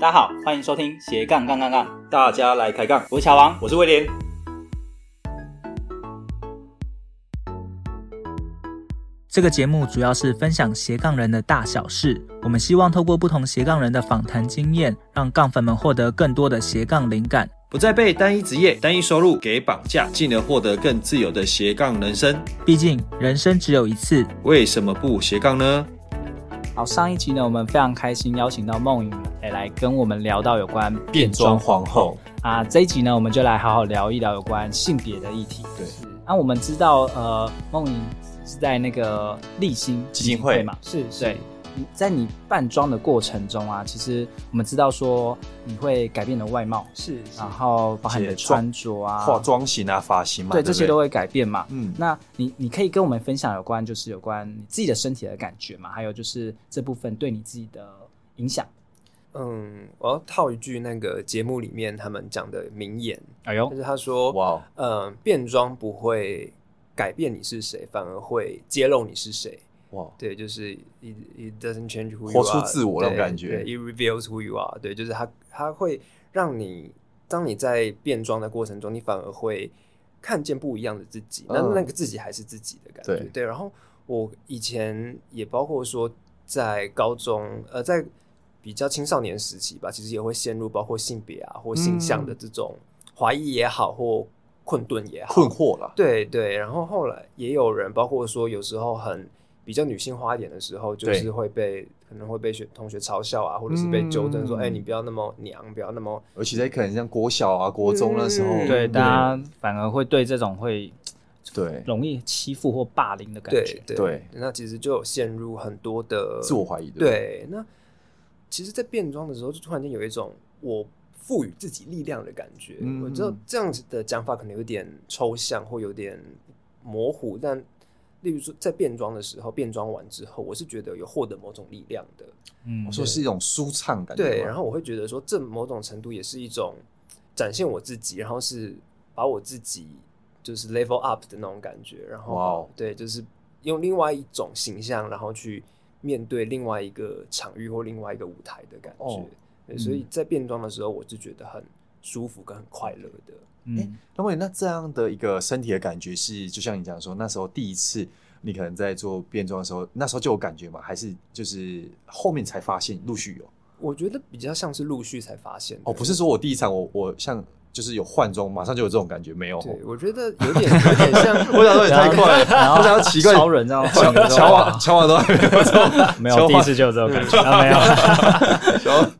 大家好，欢迎收听斜杠杠杠杠，大家来开杠。我是小王，我是威廉。这个节目主要是分享斜杠人的大小事，我们希望透过不同斜杠人的访谈经验，让杠粉们获得更多的斜杠灵感。不再被单一职业、单一收入给绑架，进而获得更自由的斜杠人生。毕竟人生只有一次，为什么不斜杠呢？好，上一集呢，我们非常开心邀请到梦影来来跟我们聊到有关皇后，啊，这一集呢，我们就来好好聊一聊有关性别的议题。对，那、我们知道，呃，梦莹是在那个立新基金会嘛，是对。你在你扮装的过程中啊，其实我们知道说你会改变你的外貌，是然啊后包含你的而且妆穿着啊、化妆型啊、发型嘛，对，不这些都会改变嘛。嗯，那你你可以跟我们分享有关就是有关你自己的身体的感觉嘛，还有就是这部分对你自己的影响。嗯，我要套一句那个节目里面他们讲的名言，哎呦就是他说，哇哦，嗯，变装不会改变你是谁，反而会揭露你是谁。哇哦，对，就是 it it doesn't change who you are，活出自我那种对感觉对，it reveals who you are。对，就是它它会让你，当你在变装的过程中，你反而会看见不一样的自己，那、嗯那个自己还是自己的感觉。对然后我以前也包括说，在高中，呃，在比较青少年时期吧，其实也会陷入包括性别啊或性向嗯的这种怀疑也好，或困顿也好，困惑了，对对，然后后来也有人，包括说有时候很比较女性化一点的时候，就对是会被可能会被学同学嘲笑啊，或者是被纠正说，哎、嗯你不要那么娘，不要那么而且在可能像国小啊、国中那时候，嗯对，大家反而会对这种会对容易欺负或霸凌的感对觉。对对那其实就有陷入很多的自我怀疑，不，对，那其实，在变装的时候，就突然间有一种我赋予自己力量的感觉。嗯我知道这样子的讲法可能有点抽象，或有点模糊，但例如说，在变装的时候，变装完之后，我是觉得有获得某种力量的。嗯我，说是一种舒畅感觉嘛，对，然后我会觉得说，这某种程度也是一种展现我自己，然后是把我自己就是 level up 的那种感觉。然后，哇哦对，就是用另外一种形象，然后去面对另外一个场域或另外一个舞台的感觉。哦对所以在变装的时候，我是觉得很舒服跟很快乐的。诶嗯，那么那这样的一个身体的感觉是，就像你讲说，那时候第一次你可能在做变装的时候，那时候就有感觉嘛，还是就是后面才发现陆续有？我觉得比较像是陆续才发现的哦，不是说我第一场我我像就是有换装，马上就有这种感觉没有？对，我觉得有点有点 像，我想说你太快了， 然我想说后奇怪，超人这样乔晃的时候乔王乔王都 还没有做，没乔有第一次就有 这种感觉，啊没有。乔王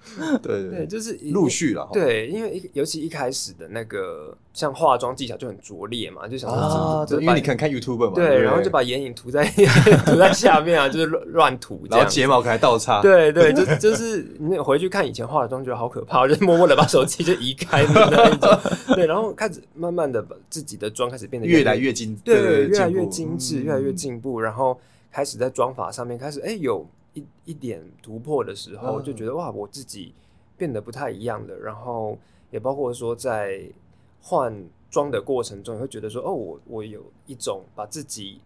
对对对，对，就是陆续了，，对，因为一尤其一开始的那个像化妆技巧就很拙劣嘛，就想说啊，就对，是因为你可能看 YouTube 嘛，对，不然后就把眼影涂在 涂在下面啊，就是乱乱涂这然样后。睫毛可能还倒插，对对，就就是你回去看以前化的妆，觉得好可怕，就是默默的把手机就移开的那 一种。对，然后开始慢慢的把自己的妆开始变得越来越精，对，越进来越步精致，嗯越来越进步，然后开始在妆法上面开始哎、有一一点突破的时候，嗯就觉得哇，我自己变得不太一样了。然后也包括说在换装的过程中，也会觉得说哦，我我有一种把自己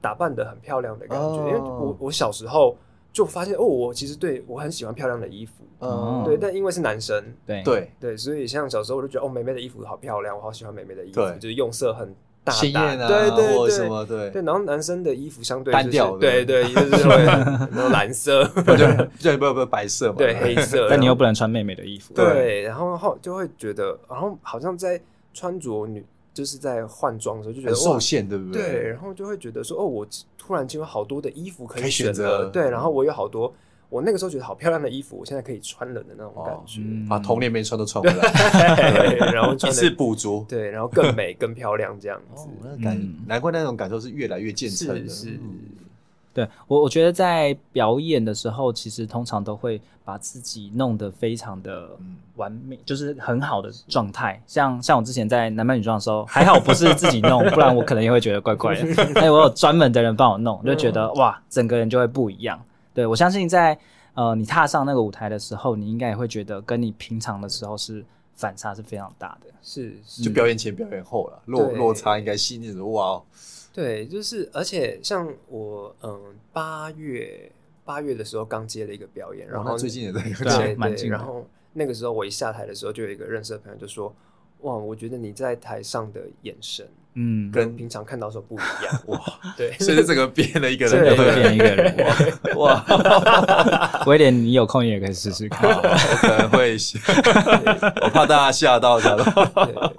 打扮的很漂亮的感觉，哦因为我我小时候就发现哦，我其实对我很喜欢漂亮的衣服，嗯，对，但因为是男生，对对，对，所以像小时候我就觉得哦，妹妹的衣服好漂亮，我好喜欢妹妹的衣服对，就是用色很大鲜胆艳啊，对对或对，者什么对对，，然后男生的衣服相对单就是调对的对， 就是会然后蓝色，对对，不不白色嘛， 对黑 色，但你又然后不能穿妹妹的衣服，对，然后后就会觉得，然后好像在穿着女就是在换装的时候就觉很得受哇限，对不对，？然后就会觉得说哦，我突然间有好多的衣服可可以以选选择嗯了对，然后我有好多我那个时候觉得好漂亮的衣服，我现在可以穿了的那种哦感觉，嗯把童年没穿都穿回来， 对，然后一穿次的补足，对，然后更美更漂亮这样子哦，，那感嗯难怪那种感受是越来越渐层是的，是嗯对我，我觉得在表演的时候，其实通常都会把自己弄得非常的嗯完美，就是很好的状态。像像我之前在男扮女装的时候，还好不是自己弄，不然我可能也会觉得怪怪的。但我有专门的人帮我弄，就觉得哇，整个人就会不一样。对我相信在呃你踏上那个舞台的时候，你应该也会觉得跟你平常的时候是反差是非常大的。是是就表演前表演后了，落对落差应该心里哇哦，对，就是而且像我，嗯，八月八月的时候刚接了一个表演，然哇后那最近也在对啊 对蛮对近的然后那个时候我一下台的时候，就有一个认识的朋友就说：“哇，我觉得你在台上的眼神嗯，跟平常看到的时候不一样。”哇，对，所以这个变了一个人，真的对不会对 变一个人。哇， 威廉，你有空也可以试试看。我可能 会，我怕大家吓到，吓到。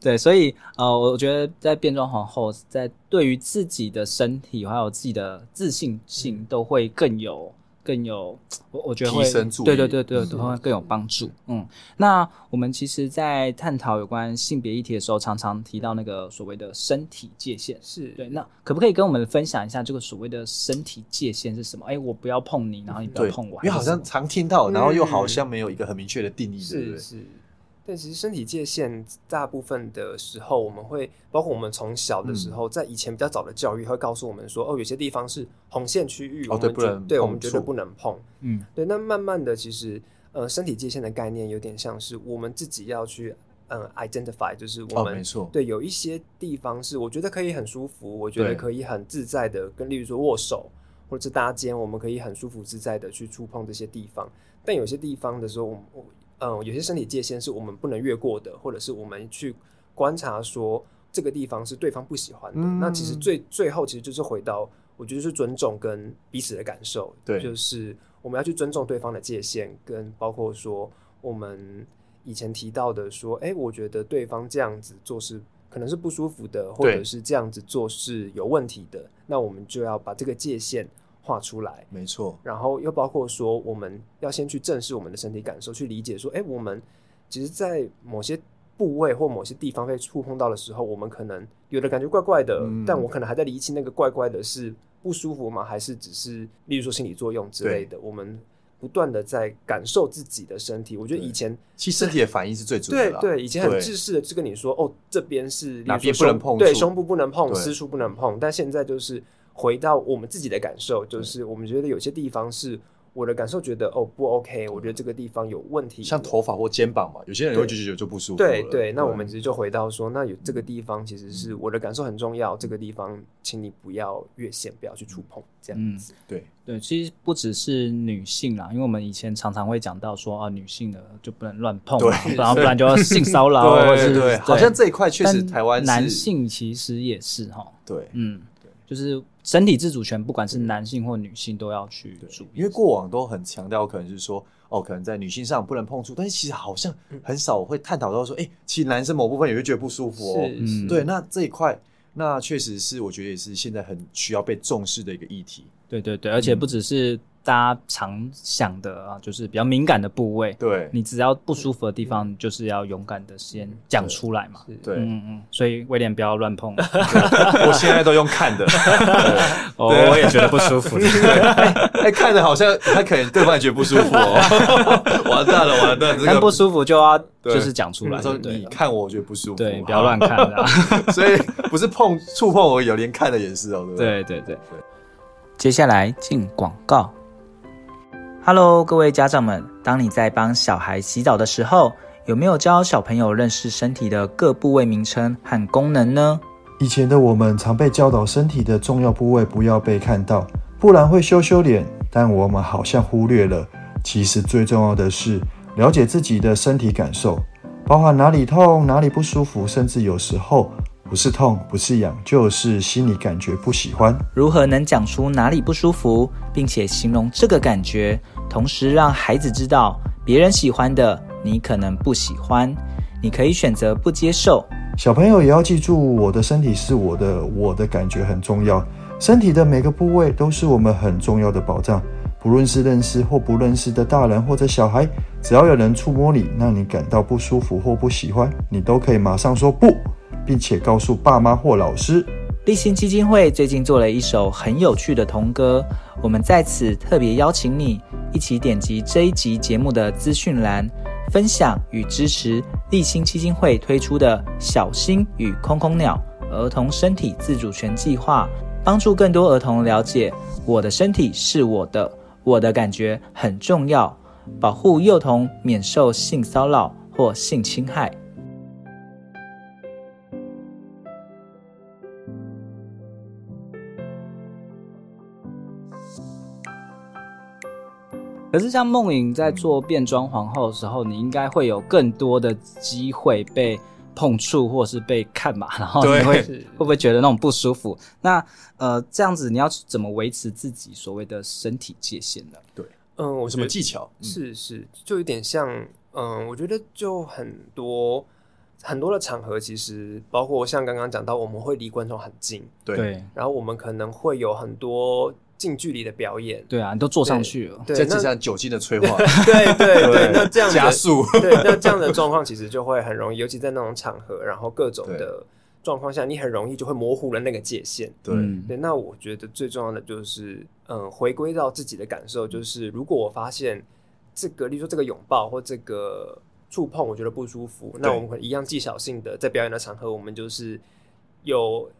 对，所以呃，我觉得在变装皇后，在对于自己的身体还有自己的自信性，都会更有更有，我我觉得嗯会提升注意嗯对对对对，都会更有帮助。嗯，那我们其实，在探讨有关性别议题的时候，常常提到那个所谓的身体界限。是 对，那可不可以跟我们分享一下这个所谓的身体界限是什么？哎，我不要碰你，然后你不对，要碰我，因为好还是什像么常听到，然后又好像没有一个很明确的定义，对不嗯是对？是。但其实身体界限大部分的时候，我们会包括我们从小的嗯时候，在以前比较早的教育会告诉我们说，哦，有些地方是红线区域，哦我对们不绝能对我碰们绝对触不能碰。嗯对，那慢慢的，其实呃，身体界限的概念有点像是我们自己要去嗯、呃 identify，就是我哦，们、没错，对有一些地方是我觉得可以很舒服，我觉得对可以很自在的跟，例如说握手或者是搭肩，我们可以很舒服自在的去触碰这些地方。但有些地方的时候，我们我嗯、有些身体界限是我们不能越过的，或者是我们去观察说这个地方是对方不喜欢的。嗯那其实最最后其实就是回到，我觉得是尊重跟彼此的感受，对就是我们要去尊重对方的界限，跟包括说我们以前提到的说，哎、我觉得对方这样子做是可能是不舒服的，或者是这样子做是有问题的，那我们就要把这个界限画出来。没错，然后又包括说，我们要先去正视我们的身体感受，去理解说，哎，我们其实，在某些部位或某些地方被触碰到的时候，我们可能有的感觉怪怪的，嗯但我可能还在理清那个怪怪的是不舒服吗？还是只是例如说心理作用之类的？我们不断的在感受自己的身体。我觉得以前其实身体的反应是最准的对啦。对，以前很对制式的，就跟你说哦，这边是哪例如说边不能胸碰对，触胸部不能碰，对私处不能碰。但现在就是回到我们自己的感受，就是我们觉得有些地方是我的感受，觉得哦不 OK，我觉得这个地方有问题。像头发或肩膀嘛，有些人会觉得就不舒服了。嗯对对，那我们其实就回到说，那有这个地方其实是我的感受很重要，这个地方请你不要越线，不要去触碰，这样嗯。子。对对，其实不只是女性啦，因为我们以前常常会讲到说啊，女性的就不能乱碰嘛，对然后不然就要性骚 扰，或者对是对，哦好像这一块确实但台湾是男性其实也是哈，对。嗯，就是身体自主权，不管是男性或女性都要去注意，因为过往都很强调，可能是说哦，可能在女性上不能碰触，但是其实好像很少会探讨到说，哎、其实男生某部分也会觉得不舒服哦。是嗯对，那这一块，那确实是我觉得也是现在很需要被重视的一个议题。对对对，而嗯且不只是大家常想的啊，就是比较敏感的部位，对，你只要不舒服的地方，你就是要勇敢的先讲出来嘛。是嗯对，嗯嗯，所以威廉不要乱 碰，我现在都用看的，哦，我也觉得不 舒服。哎、看的好像他可能对方也觉得不舒服 哦，完蛋了，完蛋，这但个不舒服就要对就是讲出来，他说对你看我，我觉得不舒服，嗯对，不要乱看 啊。好， 所以不是碰触碰而已哦，连看的也是哦，对不对？对对对对。接下来进广告。Hello，各位家长们，当你在帮小孩洗澡的时候，有没有教小朋友认识身体的各部位名称和功能呢？以前的我们常被教导身体的重要部位不要被看到，不然会羞羞脸。但我们好像忽略了，其实最重要的是了解自己的身体感受，包含哪里痛、哪里不舒服，甚至有时候不是痛、不是痒，就是心里感觉不喜欢。如何能讲出哪里不舒服，并且形容这个感觉，同时让孩子知道别人喜欢的你可能不喜欢，你可以选择不接受，小朋友也要记住，我的身体是我的，我的感觉很重要。身体的每个部位都是我们很重要的保障，不论是认识或不认识的大人或者小孩，只要有人触摸你，让你感到不舒服或不喜欢，你都可以马上说不，并且告诉爸妈或老师。立新基金会最近做了一首很有趣的童歌，我们在此特别邀请你一起点击这一集节目的资讯栏，分享与支持立新基金会推出的“小新与空空鸟”儿童身体自主权计划，帮助更多儿童了解“我的身体是我的，我的感觉很重要”，保护幼童免受性骚扰或性侵害。可是像梦影在做变装皇后的时候，你应该会有更多的机会被碰触，或是被看嘛，然后你会会不会觉得那种不舒服？那呃，这样子你要怎么维持自己所谓的身体界限呢？嗯，我有什觉么得技巧？嗯是是，就有点像，嗯，我觉得就很多很多的场合，其实包括像刚刚讲到，我们会离观众很近，对，，然后我们可能会有很多近距离的表演。对啊，你都坐上去了，对，再那加上酒精的催化，对 对对，那这样加的速，对，那这样的状况其实就会很容易，尤其在那种场合，然后各种的状况下，你很容易就会模糊了那个界限。对，嗯对，那我觉得最重要的就是，嗯，回归到自己的感受，就是如果我发现这个，例如说这个拥抱或这个触碰，我觉得不舒服，那我们可能一样技巧性的在表演的场合，我们就是有。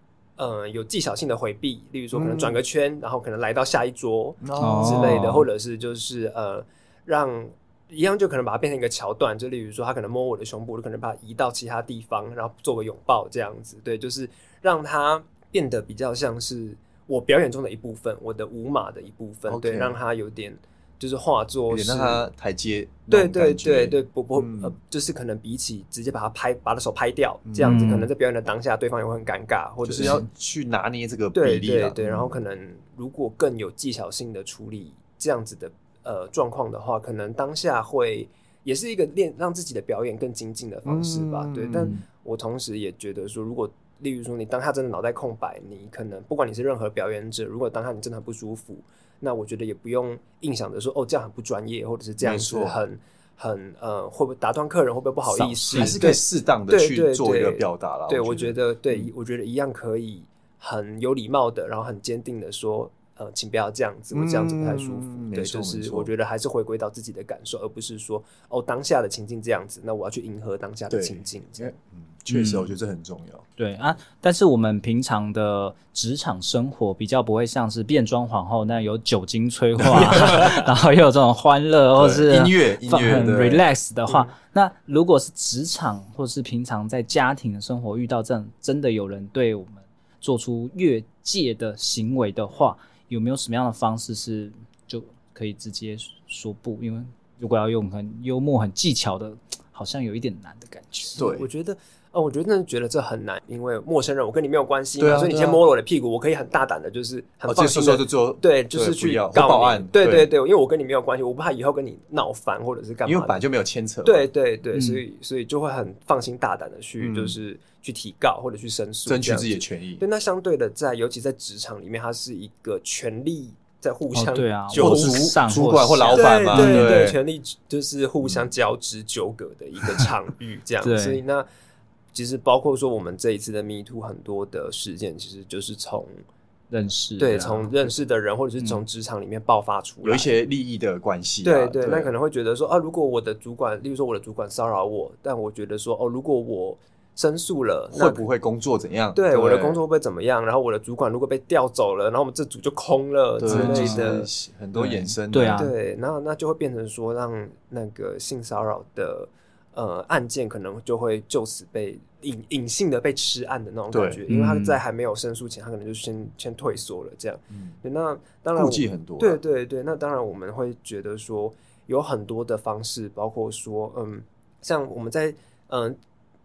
嗯，有技巧性的回避，例如说可能转个圈，然后可能来到下一桌哦之类的，或者是就是呃，让一样就可能把它变成一个桥段，就例如说他可能摸我的胸部，我就可能把它移到其他地方，然后做个拥抱这样子，对，就是让它变得比较像是我表演中的一部分，我的舞码的一部分 OK 对，让它有点就是化作有是点让他台阶那对种对感觉，对对，不不、嗯呃，就是可能比起直接把它拍，把它手拍掉，这样子嗯可能在表演的当下，对方也会很尴尬，或者就是要去拿捏这个比对例对啦嗯对，然后可能如果更有技巧性的处理这样子的呃状况的话，可能当下会也是一个练让自己的表演更精进的方式吧。对嗯，但我同时也觉得说，如果例如说你当下真的脑袋空白，你可能不管你是任何表演者，如果当下你真的很不舒服，那我觉得也不用硬想着说哦这样很不专业，或者是这样没子错很很呃会不会打断客人，会不会不好意思？还是可以对适当的对去对做一个对表达啦。对，我觉得对嗯，我觉得一样可以很有礼貌的，然后很坚定的说，呃，请不要这样子，我这样子不太舒服。嗯没对，错就没是错我觉得还是回归到自己的感受，而不是说哦当下的情境这样子，那我要去迎合当下的对情境。这因样为嗯，确实嗯我觉得这很重要。对啊，但是我们平常的职场生活比较不会像是变装皇后那有酒精催化，然后又有这种欢乐或对哦是啊音乐音放乐很对 relax 的嗯话，那如果是职场或是平常在家庭的生活遇到这样真的有人对我们做出越界的行为的话，有没有什么样的方式是就可以直接说不？因为如果要用很幽默、很技巧的，好像有一点难的感觉。对我觉得，哦，我觉得真的觉得这很难，因为陌生人，我跟你没有关系嘛，对啊所以你对先啊摸了我的屁股，我可以很大胆的，就是很哦，放这心说的说就做，对，就是不去要告或报你案，对对对，因为我跟你没有关系，我不怕以后跟你闹翻或者是干嘛的。因为本来就没有牵扯嘛。对对对，嗯所以所以就会很放心大胆的去，嗯就是去提告或者去申诉，争取自己的这样子。权益。对，那相对的在，尤其在职场里面，它是一个权力在互相、哦对啊纠或我主上主或管或下老对板嘛，对对嗯权力就是互相交织纠葛的一个 场域，这对样。所以那其实包括说我们这一次的 Me Too 很多的事件，其实就是从认识对啊从认识的人或者是从职场里面爆发出嗯来，有一些利益的关系啊啦。对对，那可能会觉得说啊，如果我的主管，例如说我的主管骚扰我，但我觉得说哦，如果我申诉了，那会不会工作怎样？对我的工作会不会怎么样？然后我的主管如果被调走了，然后我们这组就空了对之就类是的。很多衍生的。对啊对，那那就会变成说，让那个性骚扰的呃案件可能就会就此被隐隐性的被吃案的那种感对觉，因为他嗯在还没有申诉前，他可能就先先退缩了这样。嗯对那当然顾我忌很多啦。对对对，那当然我们会觉得说有很多的方式，包括说，嗯，像我们在嗯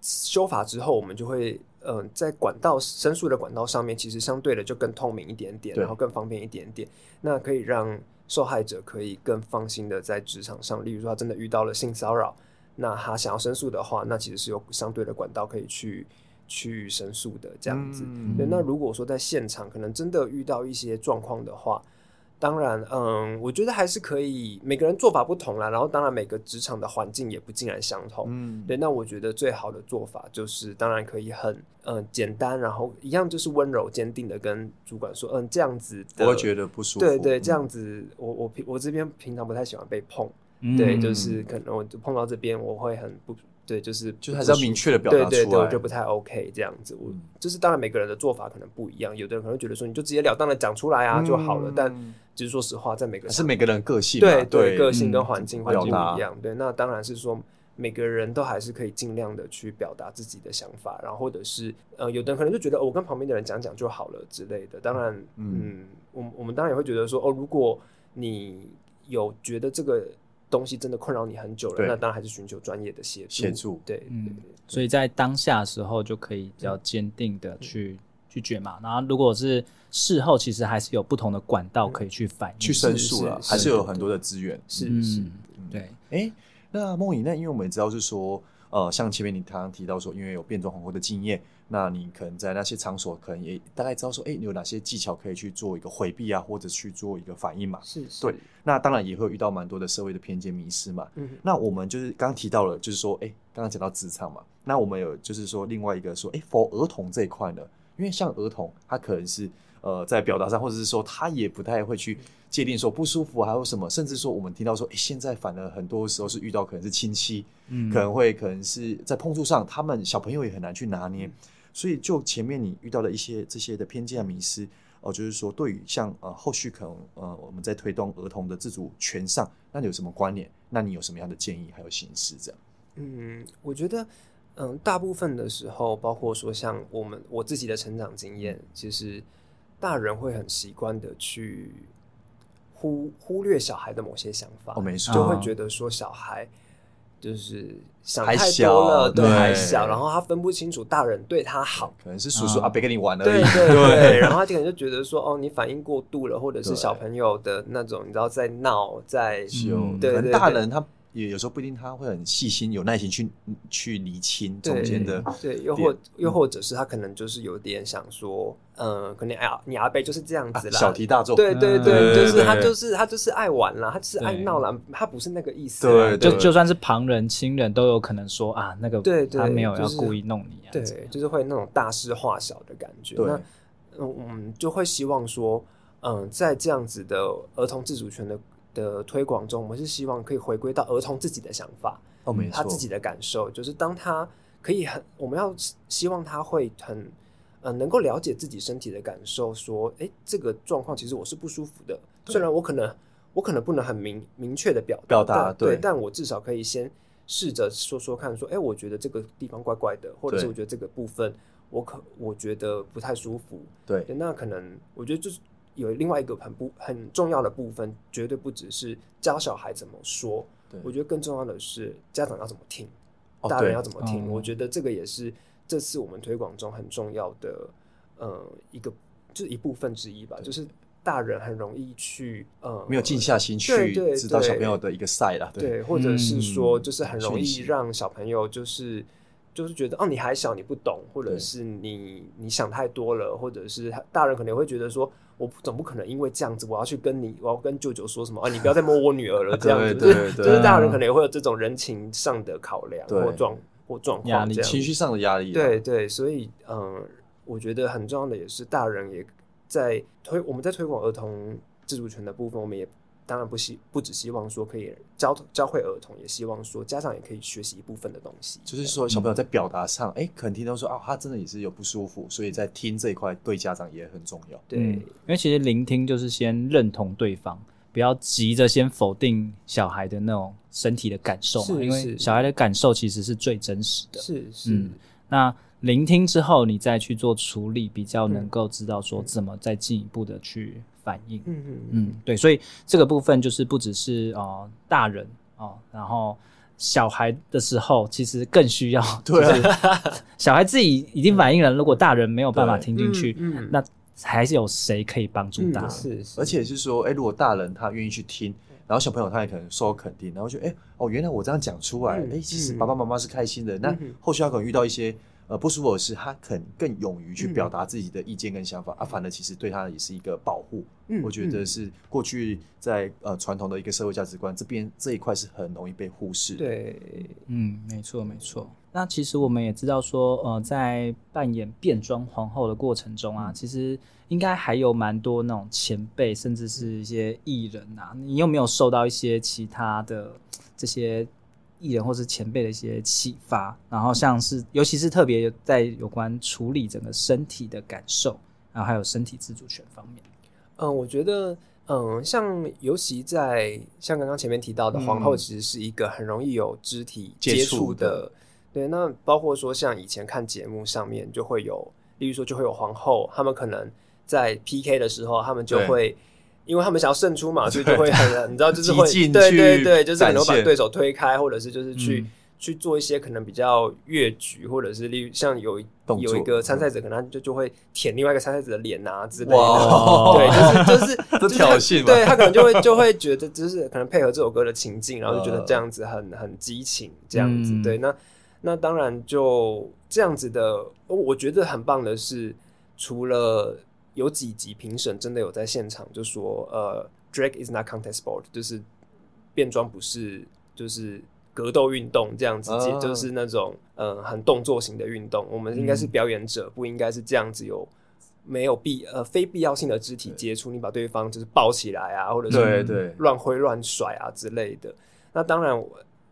修法之后，我们就会嗯在管道申诉的管道上面，其实相对的就更透明一点点，对然后更方便一点点，那可以让受害者可以更放心的在职场上，例如说他真的遇到了性骚扰，那他想要申诉的话，那其实是有相对的管道可以去去申诉的这样子。嗯对，那如果说在现场可能真的遇到一些状况的话，当然，嗯，我觉得还是可以，每个人做法不同啦，然后当然每个职场的环境也不尽然相同。嗯，对，那我觉得最好的做法就是，当然可以很嗯、呃简单，然后一样就是温柔坚定的跟主管说，嗯，这样子不的，会觉得不舒服。对对，嗯这样子，我我平我这边平常不太喜欢被碰，嗯对，就是可能我就碰到这边我会很不，对，就是就是还是要明确的表达出来。对对对，我觉得不太 OK 这样子。我、嗯就是当然每个人的做法可能不一样，有的人可能觉得说你就直截了当的讲出来啊、就好了，但嗯就是说实话，在每个嗯还是每个人个性嘛对对个性嗯跟环境环表境达不一样，对，那当然是说。每个人都还是可以尽量的去表达自己的想法，然后或者是呃，有的人可能就觉得、哦我跟旁边的人讲讲就好了之类的。当然，嗯嗯，我我们当然也会觉得说，哦，如果你有觉得这个东西真的困扰你很久了，对那当然还是寻求专业的协助。协助对，对嗯对所以在当下的时候就可以比较坚定的去拒绝嘛。然后如果是事后，其实还是有不同的管道可以去反映。去申诉了，是是还是有很多的资源。是是嗯，对，哎，那梦影，那因为我们知道是说，呃，像前面你刚刚提到说，因为有变装皇后的经验，那你可能在那些场所，可能也大概知道说，哎，你有哪些技巧可以去做一个回避啊，或者去做一个反应嘛？是，对，那当然也会遇到蛮多的社会的偏见迷失嘛。嗯哼那我们就是刚刚提到了，就是说，哎，刚刚讲到职场嘛，那我们有就是说另外一个说，哎，for 儿童这一块呢，因为像儿童，他可能是呃在表达上，或者是说他也不太会去界定说不舒服，还有什么，甚至说我们听到说，哎，现在反而很多时候是遇到可能是亲戚，嗯可能会可能是在碰触上，他们小朋友也很难去拿捏。所以就前面你遇到的一些这些的偏见啊、迷失，哦、就是说对于像呃后续可能呃我们在推动儿童的自主权上，那你有什么关联？那你有什么样的建议还有形式这样？嗯，我觉得，嗯，大部分的时候，包括说像我们我自己的成长经验，其实大人会很习惯的去忽忽略小孩的某些想法，哦，没错，就会觉得说小孩就是想还太小多了，对，对还小，然后他分不清楚大人对他好，可能是叔叔啊阿伯跟你玩而 嗯对已。对对，然后他可能就觉得说，哦，你反应过度了，或者是对小朋友的那种，你知道在闹，在有嗯对可能对大对人他也有时候不一定他会很细心、有耐心去去厘清中对间的。对，又点嗯或又或者是他可能就是有点想说，嗯，可能哎呀，你阿贝就是这样啊子啦，小题大做，对对嗯对，对就是他对就是他就是爱玩啦，他就是爱对闹啦，他不是那个意思啦，对，就对就算是旁人、亲人都有可能说啊，那个对对他没有要就是故意弄你啊，怎对，样就是会那种大事化小的感觉。对那嗯嗯，就会希望说，嗯，在这样子的儿童自主权的的推广中，我们是希望可以回归到儿童自己的想法，哦，没错，嗯他自己的感受，就是当他可以很，我们要希望他会很，呃，能够了解自己身体的感受，说，诶，这个状况其实我是不舒服的，虽然我可能我可能不能很明明确的表达表达但对对，但我至少可以先试着说说看，说，诶，我觉得这个地方怪怪的，或者是对我觉得这个部分我可我觉得不太舒服，对对，那可能我觉得就是有另外一个很不很重要的部分，绝对不只是教小孩怎么说对，我觉得更重要的是家长要怎么听，哦大对人要怎么听。哦我觉得这个也是这次我们推广中很重要的呃一个就是一部分之一吧，就是大人很容易去呃没有静下心对去对知道小对朋友的一个赛啦，对，或者是说，嗯就是很讯容易息让小朋友就是就是觉得哦，你还小，你不懂，或者对是你你想太多了，或者是他大人可能会觉得说，我不总不可能因为这样子，我要去跟你，我要跟舅舅说什么啊，你不要再摸我女儿 了，这样子，对 就是对就是对大人可能也会有这种人情上的考量对或状或状况压力这样情绪上的压力啦，对对，所以嗯，我觉得很重要的也是大人也在推我们在推广儿童自主权的部分，我们也当然不希不只希望说可以教教会儿童，也希望说家长也可以学习一部分的东西。就是说，小朋友在表达上，哎、可能听到说啊，他真的也是有不舒服，所以在听这一块对家长也很重要。对、嗯因为其实聆听就是先认同对方，不要急着先否定小孩的那种身体的感受嘛，是因为是小孩的感受其实是最真实的。是是、嗯那聆听之后，你再去做处理，比较能够知道说怎么再进一步的去反应。嗯嗯嗯嗯，对，所以这个部分就是不只是呃大人哦、然后小孩的时候其实更需 要，对啊就是小孩自己已经反应了，如果大人没有办法对听进去，嗯嗯那还是有谁可以帮助大嗯人？是是，而且是说，哎、如果大人他愿意去听，嗯然后小朋友他也可能受到肯定，然后就哎、哦，原来我这样讲出来，哎、嗯其实嗯爸爸妈妈是开心的。那嗯后续他可能遇到一些呃不舒服的是，他肯更勇于去表嗯达自己的意见跟想法、啊，反而其实对他也是一个保护。嗯我觉得是过去在呃传统的一个社会价值观这边这一块是很容易被忽视。，对，嗯，没错没错。那其实我们也知道说，呃，在扮演变装皇后的过程中啊，其实应该还有蛮多那种前辈，甚至是一些艺人啊，你有没有受到一些其他的这些艺人或是前辈的一些启发？然后像是，尤其是特别在有关处理整个身体的感受，然后还有身体自主权方面。嗯，我觉得，嗯，像尤其在像刚刚前面提到的，皇嗯后其实是一个很容易有肢体接接触触的。对，那包括说像以前看节目上面就会有，例如说就会有皇后，他们可能在 PK 的时候，他们就对会。因为他们想要胜出嘛，所以就会很，你知道，就是极会，尽对对去对，就是很展多把现对手推开，或者是就是去、嗯去做一些可能比较越局，或者是例如像有一动有一作嗯个参赛者，可能他就就会舔另外一个参赛者的脸啊之类的，哇对，就是 就是这就是挑衅吧对他可能就会就会觉得，就是可能配合这首歌的情境，然后就觉嗯得这样子很很激情，这样子。嗯对，那那当然就这样子的，我我觉得很棒的是，除了有几集评审真的有在现场就说，呃，drag is not contest sport，就是变装不是就是。格斗运动这样子，啊就是那种嗯、呃很动作型的运动。我们嗯应该是表演者，不应该是这样子有没有必呃非必要性的肢体接触，你把对方就是抱起来啊，或者对是对乱挥乱甩啊之类的。那当然，我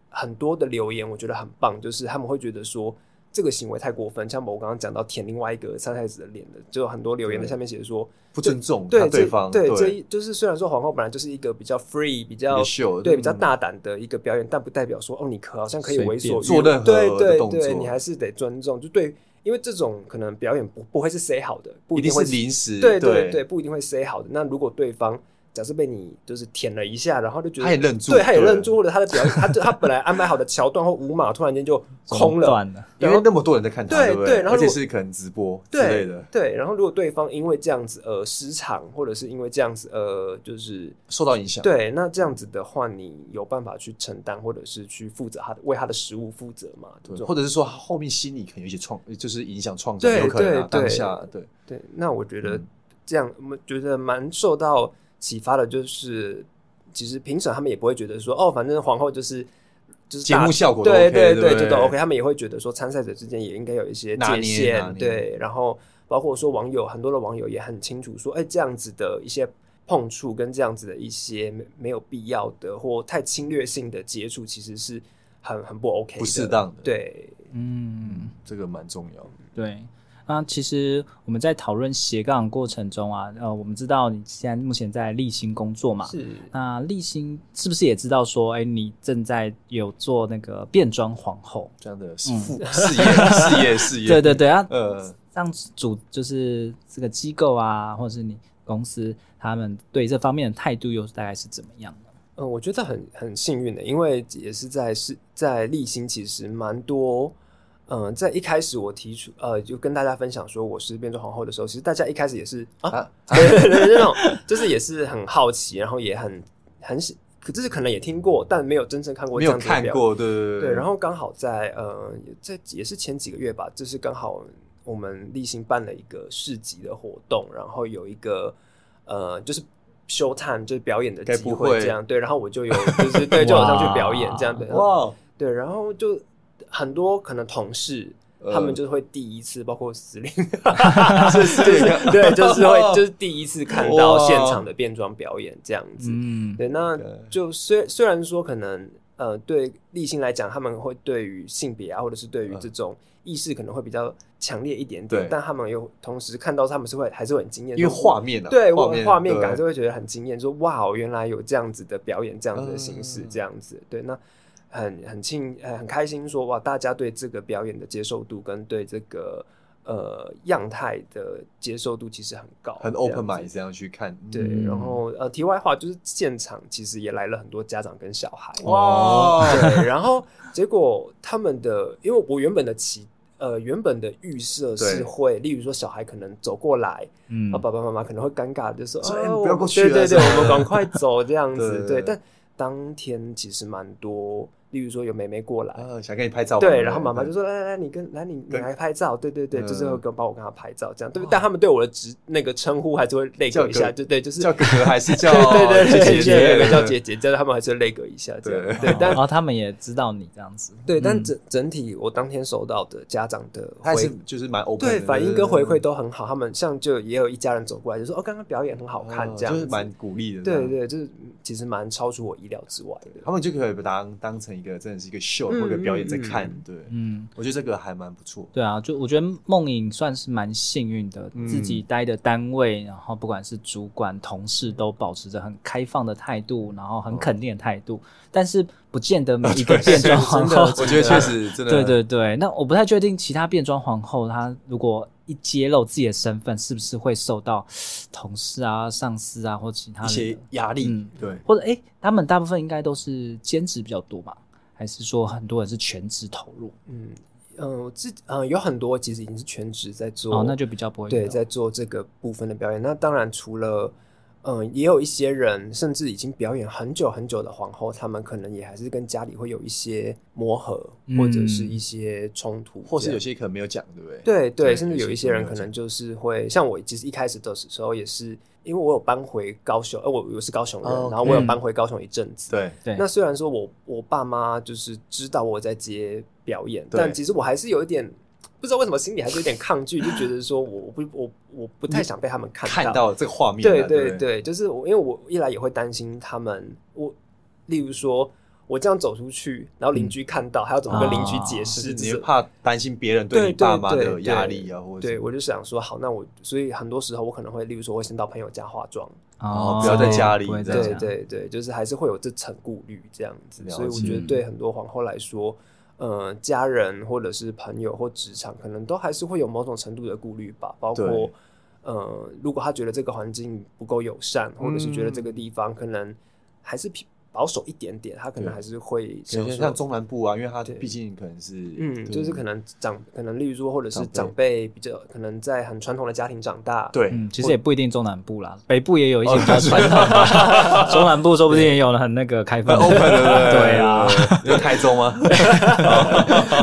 很多的留言我觉得很棒，就是他们会觉得说这个行为太过分，像我刚刚讲到舔另外一个参赛者的脸的，就有很多留言在下面写说不尊重对他这对方，对对这一就是虽然说皇后本来就是一个比较 free 比比较较秀对比较嗯大胆的一个表演，但不代表说哦你可好像可以随为便所欲做任何对的对动对，作你还是得尊重，就对，因为这种可能表演不不会是 say 好的，不一定会是临时，对对对对，，不一定会 say 好的。那如果对方假设被你就是舔了一下，然后就觉得他也愣住对，他也对愣住，或者他的表演，他他本来安排好的桥段或舞码，突然间就空了，断了，因为那么多人在看他，对不对对？然后而如且果是可能直播之对类的，对，然后如果对方因为这样子呃失常，或者是因为这样子呃就是受到影响。对，那这样子的话，你有办法去承担，或者是去负责他的为他的食物负责嘛？这对，种或者是说他后面心理可能有一些创，就是影响创伤，对有可能啊对当对下对对，那我觉得嗯这样，我觉得蛮受到启发的，就是其实评审他们也不会觉得说，哦，反正皇后就是就是节大目效果都对 OK，对对不对就都 OK，他们也会觉得说参赛者之间也应该有一些拿界捏拿限，捏对，然后包括说网友很多的网友也很清楚说，哎，这样子的一些。碰触跟这样子的一些没没有必要的或太侵略性的接触，其实是很很不 OK 的不适当的对，嗯。这个蛮重要。对，那其实我们在讨论斜杠的过程中啊，呃，我们知道你现在目前在立新工作嘛，是那立新是不是也知道说，哎，你正在有做那个变装皇后？这样的嗯副事业事业事业，对对对啊，呃，让主就是这个机构啊，或者是你公司他们对这方面的态度又大概是怎么样的？嗯，我觉得很很幸运的，因为也是在是在立新，其实蛮多。嗯，在一开始我提出呃，就跟大家分享说我是变装皇后的时候，其实大家一开始也是啊，对 对对，这种就是也是很好奇，然后也很很喜，可就是可能也听过，但没有真正看过没这有样子的看表过，对对对，然后刚好在呃，在也是前几个月吧，就是刚好我们立新办了一个市集的活动，然后有一个呃，就是。show time 就是表演的该机不会这样对，然后我就有就是 对，就有上去哇表演这样对，然后哇，对，然后就很多可能同事呃他们就是会第一次，包括 司令，这是这个对，就是会就是第一次看到现场的变装表演这样子，嗯，对，那对就虽虽然说可能呃，对立性来讲，他们会对于性别啊，或者是对于嗯这种意识可能会比较强烈一点点对，但他们又同时看到他们是会还是会很惊艳，因为说画面啊，对画我面画面感对就会觉得很惊艳，说哇，哦原来有这样子的表演，这样子的形式嗯，这样子，对，那很很庆呃很开心说哇，大家对这个表演的接受度跟对这个呃样态的接受度其实很高，很这样 open 子 mind 这样去看，对，嗯然后呃，题外话就是现场其实也来了很多家长跟小孩，哇，哦对，然后结果他们的，因为我原本的期呃原本的预设对是会，例如说小孩可能走过来，嗯啊，爸爸妈妈可能会尴尬，就说说啊哎我不要过们去啊对对什么对，的我们赶快走这样对对子，对对，但当天其实蛮多例如说有妹妹过来，啊，想跟你拍照吗，对，然后妈妈就说：“来来来，你跟来你你对来拍照。”对对对，嗯就是会跟帮我跟她拍照这样，对不对？但他们对我的职那个称呼还是会那叫个一下，哥对对，就是叫哥哥还是叫对对对姐对，姐有个叫姐姐，但是他们还是那个一下这对样，对，但 然后哦他们也知道你这样子，对，但嗯整整体我当天收到的家长的他还回是就是蛮 open，对的反应跟回馈都很好，他们像就也有一家人走过来就说：“哦，刚刚表演很好看。”这哦样就子是蛮鼓励的，对。对，就是嗯其实蛮超出我意料之外的。他们就可以把它当当成一个真的是一个秀或者一个表演在看，嗯对，嗯，我觉得这个还蛮不 错。对啊，就我觉得梦影算是蛮幸运的，嗯自己待的单位，然后不管是主管、同事，都保持着很开放的态度，然后哦很肯定的态度，但是不见得每啊一个变装皇后，我 觉得确实真的，对对对，那我不太确定其他变装皇后她如果一揭露自己的身份，是不是会受到同事啊、上司啊或其他一些人的，压力嗯，对，或者诶，他们大部分应该都是兼职比较多吧，还是说很多人是全职投入？嗯嗯，我自嗯有很多其实已经是全职在做，哦，那就比较不会遇对，到在做这个部分的表演。那当然，除了嗯，也有一些人甚至已经表演很久很久的皇后，他们可能也还是跟家里会有一些磨合，或者是嗯一些冲突这样，或是有些可能没有讲，对不对？对对对，甚至有有些一些朋人友可这能样就是会，像我其实一开始的时候也是，因为我有搬回高雄，呃，我我是高雄人，哦然后我有嗯搬回高雄一阵子。对，对那虽然说我我爸妈就是知道我在接表演，对但其实我还是有一点不知道为什么心里还是有点抗拒，就觉得说我我不我我不太想被他们看到。看到这个画面对啊，对对不，对，就是我，因为我一来也会担心他们，我例如说我这样走出去，然后邻居看到，还要怎么跟邻居解啊嗯就释？是就你是会怕担心别人对你爸妈的压力啊，或者对什么我就想说，好，那我所以很多时候我可能会，例如说，我会先到朋友家化妆，哦不要在家里不会在这对样家对对，就是还是会有这层顾虑这样子，了解所以我觉得对很多皇后来说。呃，家人或者是朋友或职场，可能都还是会有某种程度的顾虑吧。包括对呃，如果他觉得这个环境不够友善，或者是觉得这个地方可能还是偏保守一点点，他可能对还是会有想些说像中南部啊，因为它对毕竟可能是，嗯，对就是可能长，可能例如说，或者是长长辈比较可能在很传统的家庭长大，对，嗯，其实也不一定中南部啦，北部也有一哦些比较传统的， 中南部说不定也有很那个开蛮 放的。 open 的，对不对对啊，你有台中吗？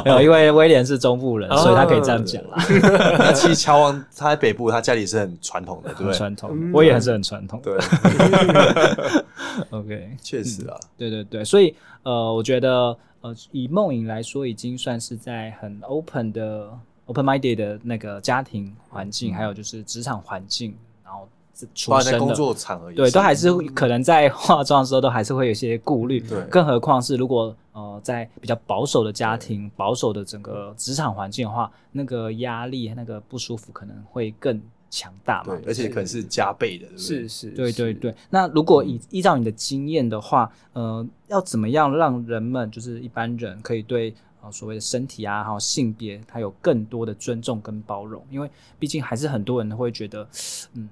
没有，因为威廉是中部人，哦所以他可以这样讲 啦，那其实乔王他在北部，他家里是很传统的，对很不对？传统。嗯我也还是很传统。对， OK，嗯确实啊，对对对，所以呃，我觉得呃，以梦影来说，已经算是在很 open 的 open minded 的那个家庭环嗯境，还有就是职场环境，然后是出包括生在的工作场合也对，都还是会可能在化妆的时候都还是会有一些顾虑，对更何况是如果呃在比较保守的家庭、保守的整个职场环境的话，那个压力、那个不舒服可能会更强大嘛对，。而且可能是加倍的，对不对是是，嗯对对是对，那如果依依照你的经验的话，呃，要怎么样让人们就是一般人可以对呃所谓的身体啊，还有性别，他有更多的尊重跟包容？因为毕竟还是很多人会觉得，嗯，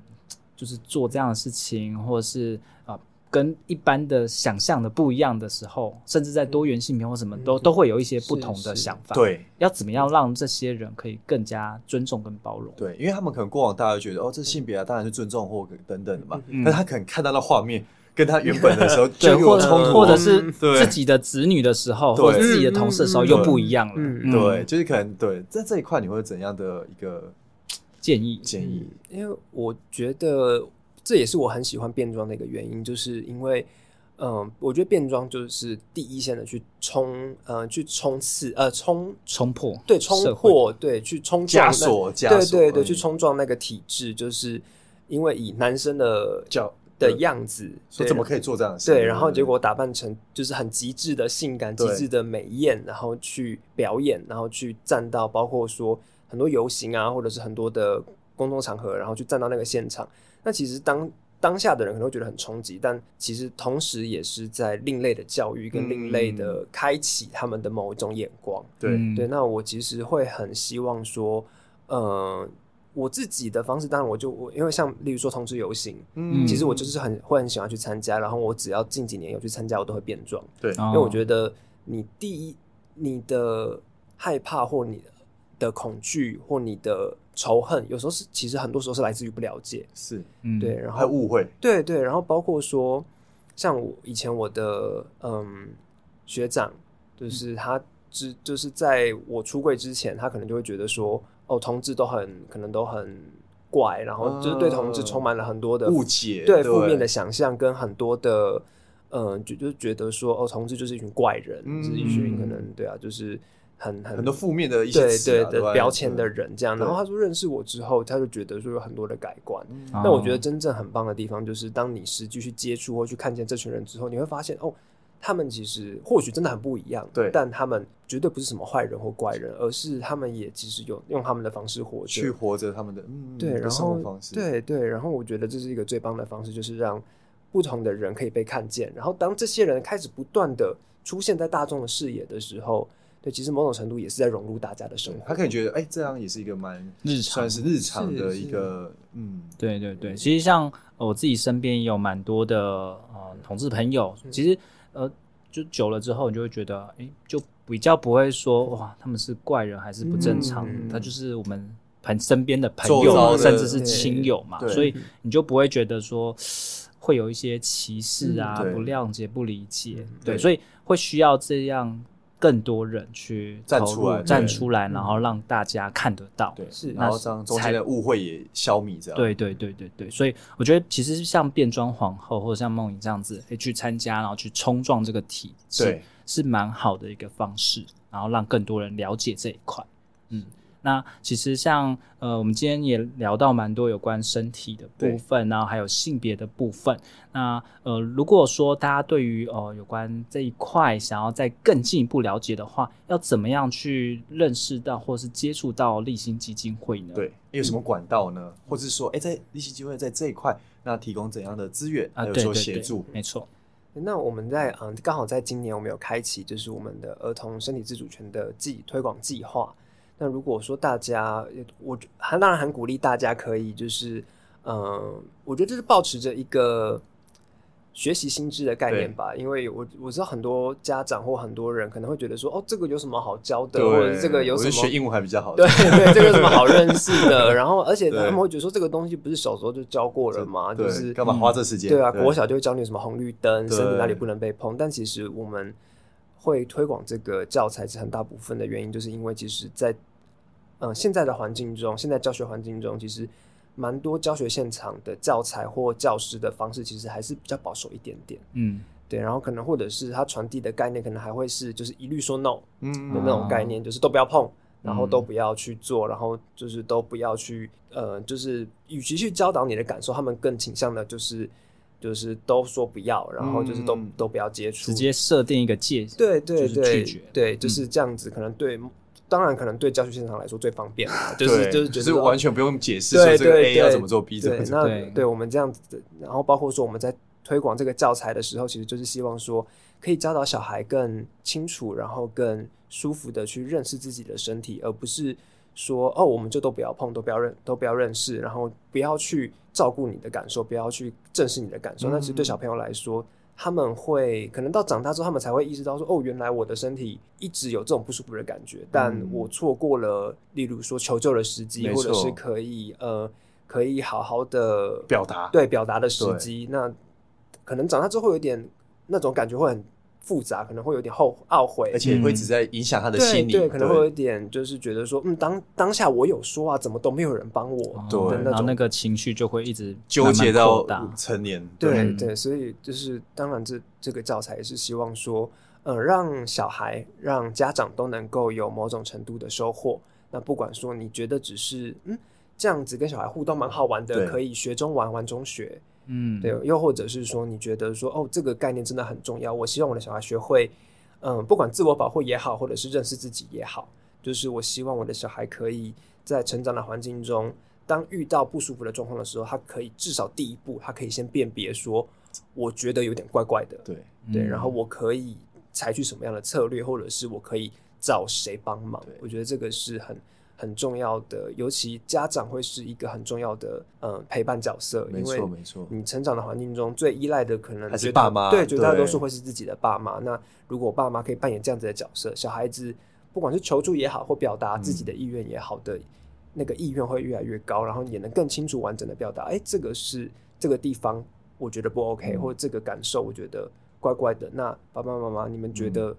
就是做这样的事情，或者是啊、呃跟一般的想象的不一样的时候，甚至在多元性别或什么都、嗯都会有一些不是同的是嗯想法。，对。要怎么样让这些人可以更加尊重跟包容？对，因为他们可能过往大家会觉得哦，这性别啊，当然是尊重或等等的嘛。嗯但他可能看到那画面，跟他原本的时 候就对，有或冲突，或哦者是嗯对自己的子女的时候，对或者自己的同事的时候嗯又不一样了。嗯嗯对，，就是可能对在这一块你会有怎样的一个建议建议？因为我觉得这也是我很喜欢变装的一个原因，就是因为，嗯，我觉得变装就是第一线的去冲，呃，去冲刺，呃，冲冲破对冲社会哦破，对去冲撞枷那锁，枷对锁，对对，嗯去冲撞那个体制，就是因为以男生的叫的对样子，嗯说对怎么可以做这样的事？对，然后结果打扮成就是很极致的性感、极对致的美艳，然后去表演，然后去站到包括说很多游行啊，或者是很多的公众场合，然后去站到那个现场。那其实当当下的人可能会觉得很冲击，但其实同时也是在另类的教育跟另类的嗯开启他们的某一种眼光。对，对，那我其实会很希望说，呃，我自己的方式，当然我就我因为像例如说同志游行，嗯其实我就是很会很喜欢去参加，然后我只要近几年有去参加，我都会变装，对，因因为我得觉得你第一你的害怕或你的恐惧或你的仇恨，有时候是其实很多时候是来自于不了解，是，嗯对，，然还有后误会，对对，然后包括说像我以前我的嗯学长，就是他之就是在我出柜之前，他可能就会觉得说，哦，同志都很可能都很怪，然后就是对同志充满了很多的哦误解，对负面的想象跟很多的，嗯，就就觉得说哦，同志就是一群怪人，嗯就是一群可能对啊，就是很很很多负面的一些对词对啊吧的标签的人这样。对然后他说认识我之后，他就觉得说有很多的改观。啊那那我觉得真正很棒的地方就是，当你实际去接触或去看见这群人之后，你会发现哦。他们其实或许真的很不一样，对但他们绝对不是什么坏人或怪人，而是他们也其实有用他们的方式活着，去活着他们的嗯对，的然生活后方式，对对，然后我觉得这是一个最棒的方式，就是让不同的人可以被看见。然后当这些人开始不断的出现在大众的视野的时候，对，其实某种程度也是在融入大家的生对，活。他可以觉得哎，这样也是一个蛮日常算是日常的是一个嗯，对对对，其实像呃我自己身边也有蛮多的呃同志朋友，其实呃就久了之后，你就会觉得，诶，就比较不会说哇，他们是怪人还是不正常，嗯他就是我们朋身边的朋周遭友，的甚至是亲友嘛，对所以你就不会觉得说会有一些歧视啊、嗯对嗯不谅解、不理解，对对，所以会需要这样。更多人去站投入出来站对嗯出来，然后让大家看得到。对，是然后那这样中才间的误会也消弭，这样对对对对对，所以我觉得其实像变装皇后或者像梦影这样子，诶去参加，然后去冲撞这个体制对，是蛮好的一个方式，然后让更多人了解这一块。嗯，那其实像呃，我们今天也聊到蛮多有关身体的部分，然后还有性别的部分。那呃，如果说大家对于呃有关这一块想要再更进一步了解的话，要怎么样去认识到或是接触到立新基金会呢？对，有什么管道呢？或者是说，哎，在利息机会在这一块，那提供怎样的资源，啊，还有对说对协对助，？没错。那我们在嗯，刚好在今年我们有开启就是我们的儿童身体自主权的计推广计划。那如果说大家，呃我还当然很鼓励大家可以就是嗯，我觉得这是保持着一个学习心智的概念吧，因为我我知道很多家长或很多人可能会觉得说，哦，这个有什么好教的，或者是这个有我什是么学英文还比较好，对对，这个有什么好认识 的？然后，而且他们对会觉得说，这个东西不是小时候就教过了吗？对啊就是干嘛花这时间？对啊，国小就会教你什么红绿灯，对身体哪里不能被碰。但其实我们会推广这个教材，是很大部分的原因，就是因为其实在，嗯现在的环境中，现在教学环境中，其实蛮多教学现场的教材或教师的方式，其实还是比较保守一点点。嗯，对，然后可能或者是他传递的概念，可能还会是就是一律说 no，嗯的那种哦概念，就是都不要碰，然后嗯都不要去做，然后就是都不要去，呃，就是与其去教导你的感受，他们更倾向的就是就是都说不要，然后就是都、嗯都不要接触，直接设定一个界，对对就是对拒绝嗯对，就是这样子，可能对，当然可能对教学现场来说最方便了，就对是就是觉就得是说完全不用解释说对这个对 A 对，要怎么做，B 怎对么，做，那对对我们这样子的，然后包括说我们在推广这个教材的时候，其实就是希望说可以教导小孩更清楚，然后更舒服的去认识自己的身体，而不是说哦，我们就都不要碰，都不要认，都不要认识，然后不要去照顾你的感受，不要去正视你的感受。那其实嗯对小朋友来说。他们会可能到长大之后，他们才会意识到说，哦，原来我的身体一直有这种不舒服的感觉，但嗯我错过了，例如说求救的时机，没或者是错可以呃可以好好的表达对表达的时机。那可能长大之后有点那种感觉会很复杂，可能会有点后懊悔，而且会只在影响他的对心理，嗯对，可能会有一点就是觉得说，嗯，当当下我有说啊，怎么都没有人帮我哦，对的那然后种那个情绪就会一直纠结慢慢到扩大。成年，对嗯对，所以就是当然这这个教材也是希望说，呃，让小孩、让家长都能够有某种程度的收获。那不管说你觉得只是嗯这样子跟小孩互动蛮好玩对的，可以学中玩玩中学，嗯，对，又或者是说你觉得说哦这个概念真的很重要，我希望我的小孩学会，嗯，不管自我保护也好，或者是认识自己也好，就是我希望我的小孩可以在成长的环境中，当遇到不舒服的状况的时候，他可以至少第一步，他可以先辨别说，我觉得有点怪怪的，对嗯对，然后我可以采取什么样的策略，或者是我可以找谁帮忙对。我觉得这个是很很重要的，尤其家长会是一个很重要的嗯陪伴角色，没因为错没错，你成长的环境中最依赖的可能还是绝大爸妈对，绝大对多数会是自己的爸妈。那如果爸妈可以扮演这样子的角色，小孩子不管是求助也好，或表达自己嗯的意愿也好的、那个意愿会越来越高，然后也能更清楚完整的表达，哎，这个是这个地方嗯我觉得不 OK，、或者这个感受我觉得怪怪的。那爸爸妈妈，你们觉得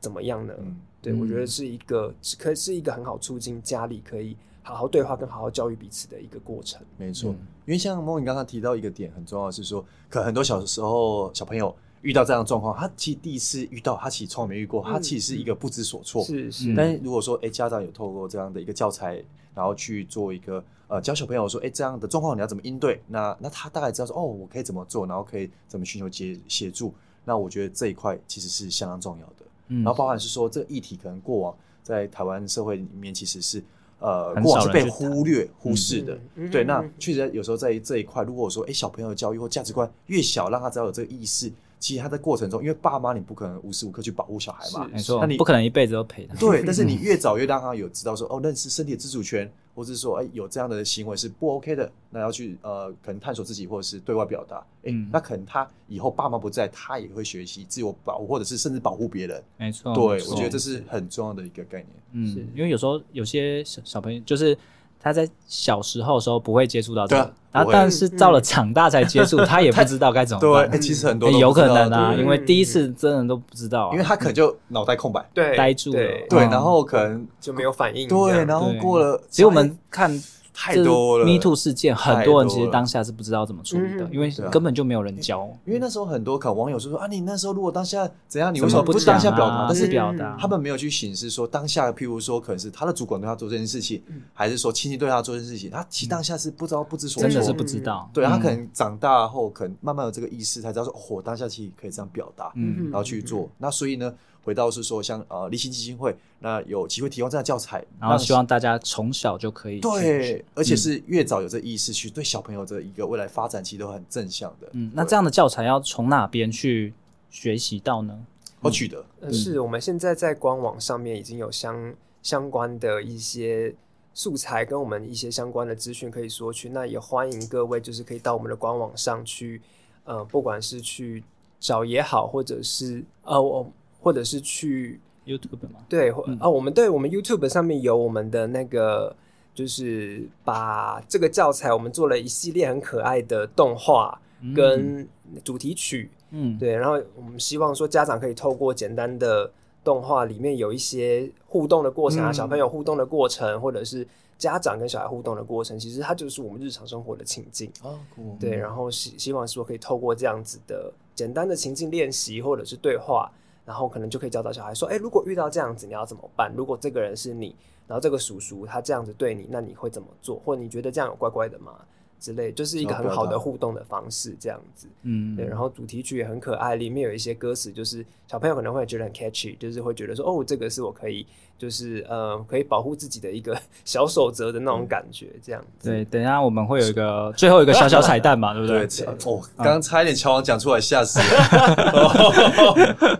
怎么样呢？嗯，对我觉得是一个是可是一个很好促进家里可以好好对话跟好好教育彼此的一个过程。没错。因为像梦影刚刚提到一个点很重要，是说，可很多小时候小朋友遇到这样的状况，他其实第一次遇到，他其实从来没遇过，他其实是一个不知所措。是是，嗯但是如果说，哎、家长有透过这样的一个教材，然后去做一个呃教小朋友说，哎、这样的状况你要怎么应对？那那他大概知道说，哦，我可以怎么做，然后可以怎么寻求协协助。那我觉得这一块其实是相当重要的。嗯然后包含是说，这个议题可能过往在台湾社会里面其实是呃很过往少是人被去谈忽略忽视的。嗯对，嗯那嗯确实有时候在这一块，如果说哎、诶小朋友的教育或价值观越小，让他只要有这个意识，其实他在过程中，因为爸妈你不可能无时无刻去保护小孩嘛，没那错你，不可能一辈子都陪他。对， 但是你越早越让他有知道说哦，认识身体的自主权，或是说哎、有这样的行为是不 OK 的，那要去呃可能探索自己或者是对外表达，哎、嗯那可能他以后爸妈不在，他也会学习自我保护，或者是甚至保护别人。没错，对，哦没错我觉得这是很重要的一个概念。嗯是，因为有时候有些小小朋友就是他在小时候的时候不会接触到这对个啊，然不后会嗯但是到了长大才 接触，他也不知道该怎对么，哎办。其实很多欸都有不知可道能啊，对因为第一次真的都不知道啊，因为他可能就脑袋空白，对呆住了对对，嗯然后可能就没有反应这样。哦对，然后对过了，其实我们看太就是多了 Me Too 事件，很多人其太多实了当下是不知道怎么处理的，嗯因为对啊根本就没有人教，因为那时候很多可能网友就说啊，你那时候如果当下怎样，你为怎什么么不当下讲啊表达？但是是表达他们没有去审视说当下，譬如说可能是他的主管对他做这件事情，嗯还是说亲戚对他做这件事情，他其实当下是不知道不知所措，嗯真的是不知道。对他嗯可能长大后，可能慢慢有这个意识，才知道说，哦，我当下其实可以这样表达，嗯然后去做。那所以呢，回到是说像呃立新基金会，那有机会提供这样的教材，然后让希望嗯大家从小就可以去对，而且是越早有这意识，去对小朋友的一个未来发展，其实都很正向的。嗯，那这样的教材要从哪边去学习到呢？我取得，呃，是我们现在在官网上面已经有相相关的一些素材跟我们一些相关的资讯可以索取，那也欢迎各位就是可以到我们的官网上去，呃，不管是去找也好，或者是呃，我或者是去 YouTube 吗？对，嗯或哦，我们对我们 YouTube 上面有我们的那个，就是把这个教材，我们做了一系列很可爱的动画跟主题曲，嗯，对，然后我们希望说家长可以透过简单的动画里面有一些互动的过程啊，小朋友互动的过程，或者是家长跟小孩互动的过程，其实它就是我们日常生活的情境。哦，酷对，然后希希望说可以透过这样子的简单的情境练习或者是对话，然后可能就可以教导小孩说，哎，如果遇到这样子，你要怎么办？如果这个人是你，然后这个叔叔他这样子对你，那你会怎么做？或你觉得这样有怪怪的吗？之类，就是一个要很表好的达互动的方式，这样子。嗯，对，然后主题曲也很可爱，里面有一些歌词，就是小朋友可能会觉得很 catchy，就是会觉得说，哦，这个是我可以，就是呃，可以保护自己的一个 小守则的那种感觉，这样子。嗯对，等一下我们会有一个最后一个小小彩蛋嘛，对不对对？，嗯哦，刚刚差一点乔王讲出来，吓死 了。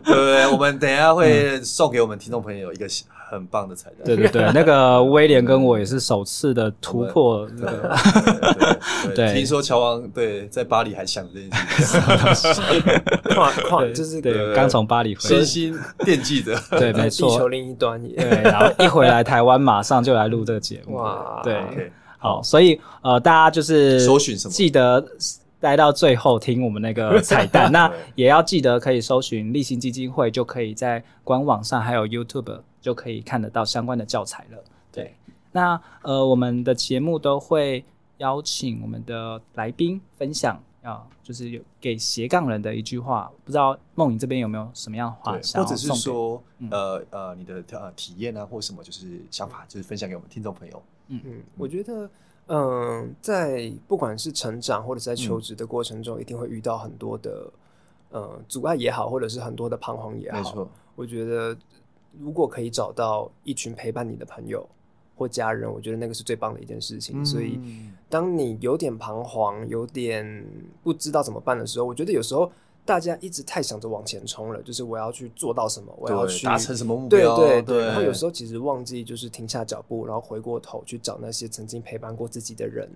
对对，我们等一下会送给我们听众朋友一个很棒的彩蛋。对对对，那个威廉跟我也是首次的突破对那个，对对，对听说乔王对在巴黎还想这件事情， 跨跨就是对，刚从巴黎回深来，心惦记着。对，在没地球错，另一端也。对，然后一回来台湾马上就来录这个节目，哇，对， OK，好，所以呃，大家就是搜寻什么记得待到最后听我们那 个彩蛋。那也要记得可以搜寻立新基金会，就可以在官网上还有 YouTube 就可以看得到相关的教材了。对，那呃，我们的节目都会邀请我们的来宾分享。啊，就是有给斜杠人的一句话，不知道梦影这边有没有什么样的话对，想或要者是送给说嗯，呃呃，你的呃体验啊，或什么就是想法，就是分享给我们听众朋友。嗯，我觉得，嗯、在不管是成长或者是在嗯求职的过程中，一定会遇到很多的，呃，阻碍也好，或者是很多的彷徨也好。没错，我觉得如果可以找到一群陪伴你的朋友或家人，我觉得那个是最棒的一件事情。所以，嗯当你有点彷徨、有点不知道怎么办的时候，我觉得有时候大家一直太想着往前冲了，就是我要去做到什么，我要对，去达成什么目对标？对对，然后有时候候其实忘记就是停下脚步，然后回过头去找那些曾经陪伴过自己的人，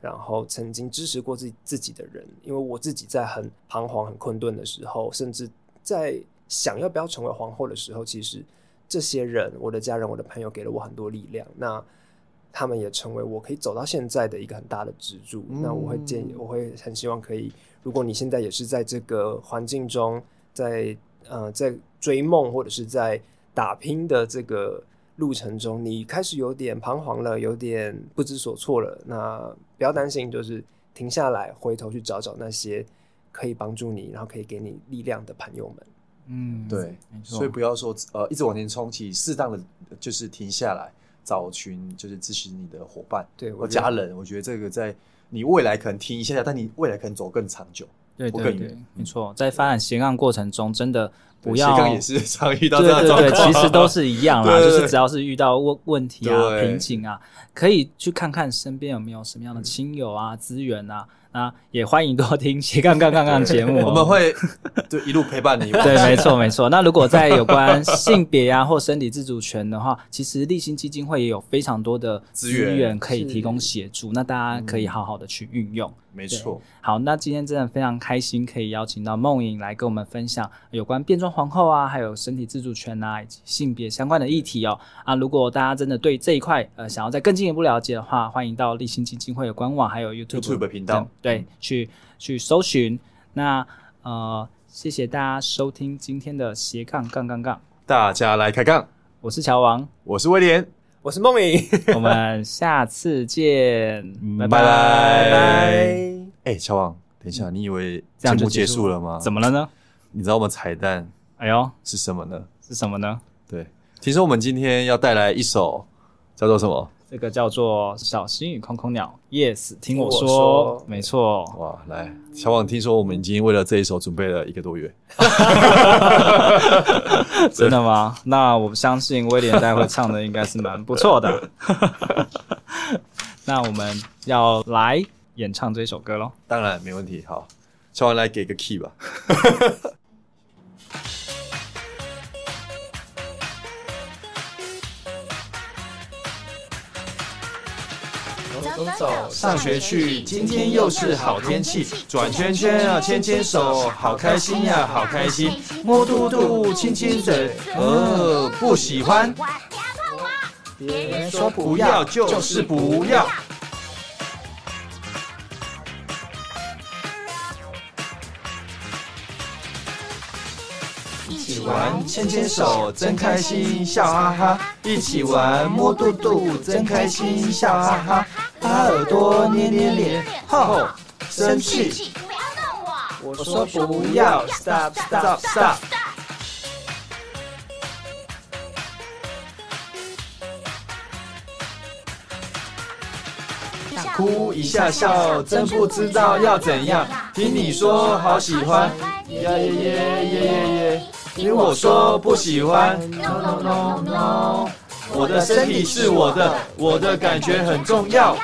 然后曾经支持过自己自己的人。因为我自己在很彷徨、很困顿的时候，甚至在想要不要成为皇后的时候，其实这些人，我的家人、我的朋友，给了我很多力量。那他们也成为我可以走到现在的一个很大的支柱。那我会建议，我会很希望可以，如果你现在也是在这个环境中，在呃在追梦或者是在打拼的这个路程中，你开始有点彷徨了，有点不知所措了，那不要担心，就是停下来，回头去找找那些可以帮助你，然后可以给你力量的朋友们。嗯，对，没错。所以不要说呃一直往前冲，其实适当的就是停下来，找寻就是支持你的伙伴对我或觉得家人。我觉得这个在你未来可能停一下下，但你未来可能走更长久。对不对更对远，没错，在发展斜杠过程中，真的对不要斜杠也是 常遇到对这样的对状对，况，其实都是一样啦， 对就是只要是遇到问问题啊、对瓶颈啊，可以去看看身边有没有什么样的亲友啊、资源啊，那也欢迎多听斜杠杠杠杠节目哦、 我们会对一路陪伴你。对，没错没错。那如果在有关性别啊或身体自主权的话，其实立新基金会也有非常多的资资源源可以是提供协助，那大家可以好好的去运用。没错，好，那今天真的非常开心，可以邀请到梦颖来跟我们分享有关变装皇后啊，还有身体自主权啊，以及性别相关的议题哦。啊，如果大家真的对这一块呃想要再更进一步了解的话，欢迎到立新基金会的官网还有 YouTube, YouTube 频道等对，去去搜寻。那呃，谢谢大家收听今天的斜杠杠杠杠，大家来开杠，我是乔王，我是威廉，我是梦颖，我们下次见，嗯拜嗯拜拜拜。哎，乔王，等一嗯下，你以为这节样就目结结束束了吗？怎么？么了呢？你知道我们彩蛋哎呦，是什么呢？是什么呢？对，听说我们今天要带来一首叫做什么？这个叫做《小心与空空鸟》，Yes，听我听我说说，没 错，哇，来，小网听说我们已经为了这一首准备了一个多月，真的吗？那我相信威廉待会唱的应该是蛮不错的。 那我们要来演唱这首歌喽。当然没问题。好，小王来给个 key 吧。走走，上学去今天又是好天气，转圈圈啊，牵牵手，好开心呀、好开心，摸肚肚，亲亲嘴，呃，不喜欢，不要碰我，别人说不要就是不要。一起玩，牵牵手，真开心，笑哈哈；一起玩，摸肚肚，真开心，笑哈哈；拉耳朵，捏捏脸，吼，生气，不要动我，我说不要，stop stop stop。哭一下笑，真不知道要怎样。听你说好喜欢，耶耶耶耶耶耶。听我说不喜欢，no no no no。我的身体是我的，我的感觉很重要。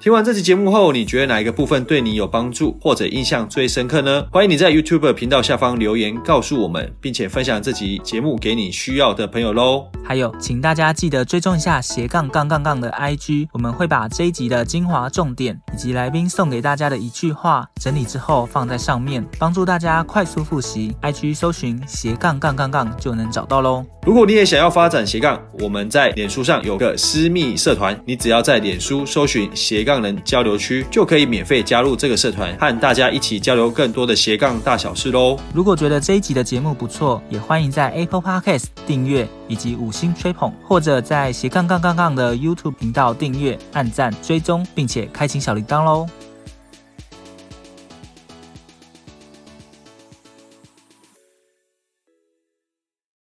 听完这期节目后，你觉得哪一个部分对你有帮助，或者印象最深刻呢？欢迎你在 YouTube 频道下方留言告诉我们，并且分享这集节目给你需要的朋友喽。还有，请大家记得追踪一下斜杠杠杠杠的 IG，我们会把这一集的精华重点以及来宾送给大家的一句话整理之后放在上面，帮助大家快速复习。IG 搜寻斜杠杠杠杠就能找到喽。如果你也想要发展斜杠，我们在脸书上有个私密社团，你只要在脸书搜寻斜杠人交流区，就可以免费加入这个社团，和大家一起交流更多的斜杠大小事喽。如果觉得这一集的节目不错，也欢迎在 Apple Podcast 订阅以及五星吹捧，或者在斜杠杠杠杠的 YouTube 频道订阅、按赞、追踪，并且开启小铃铛喽。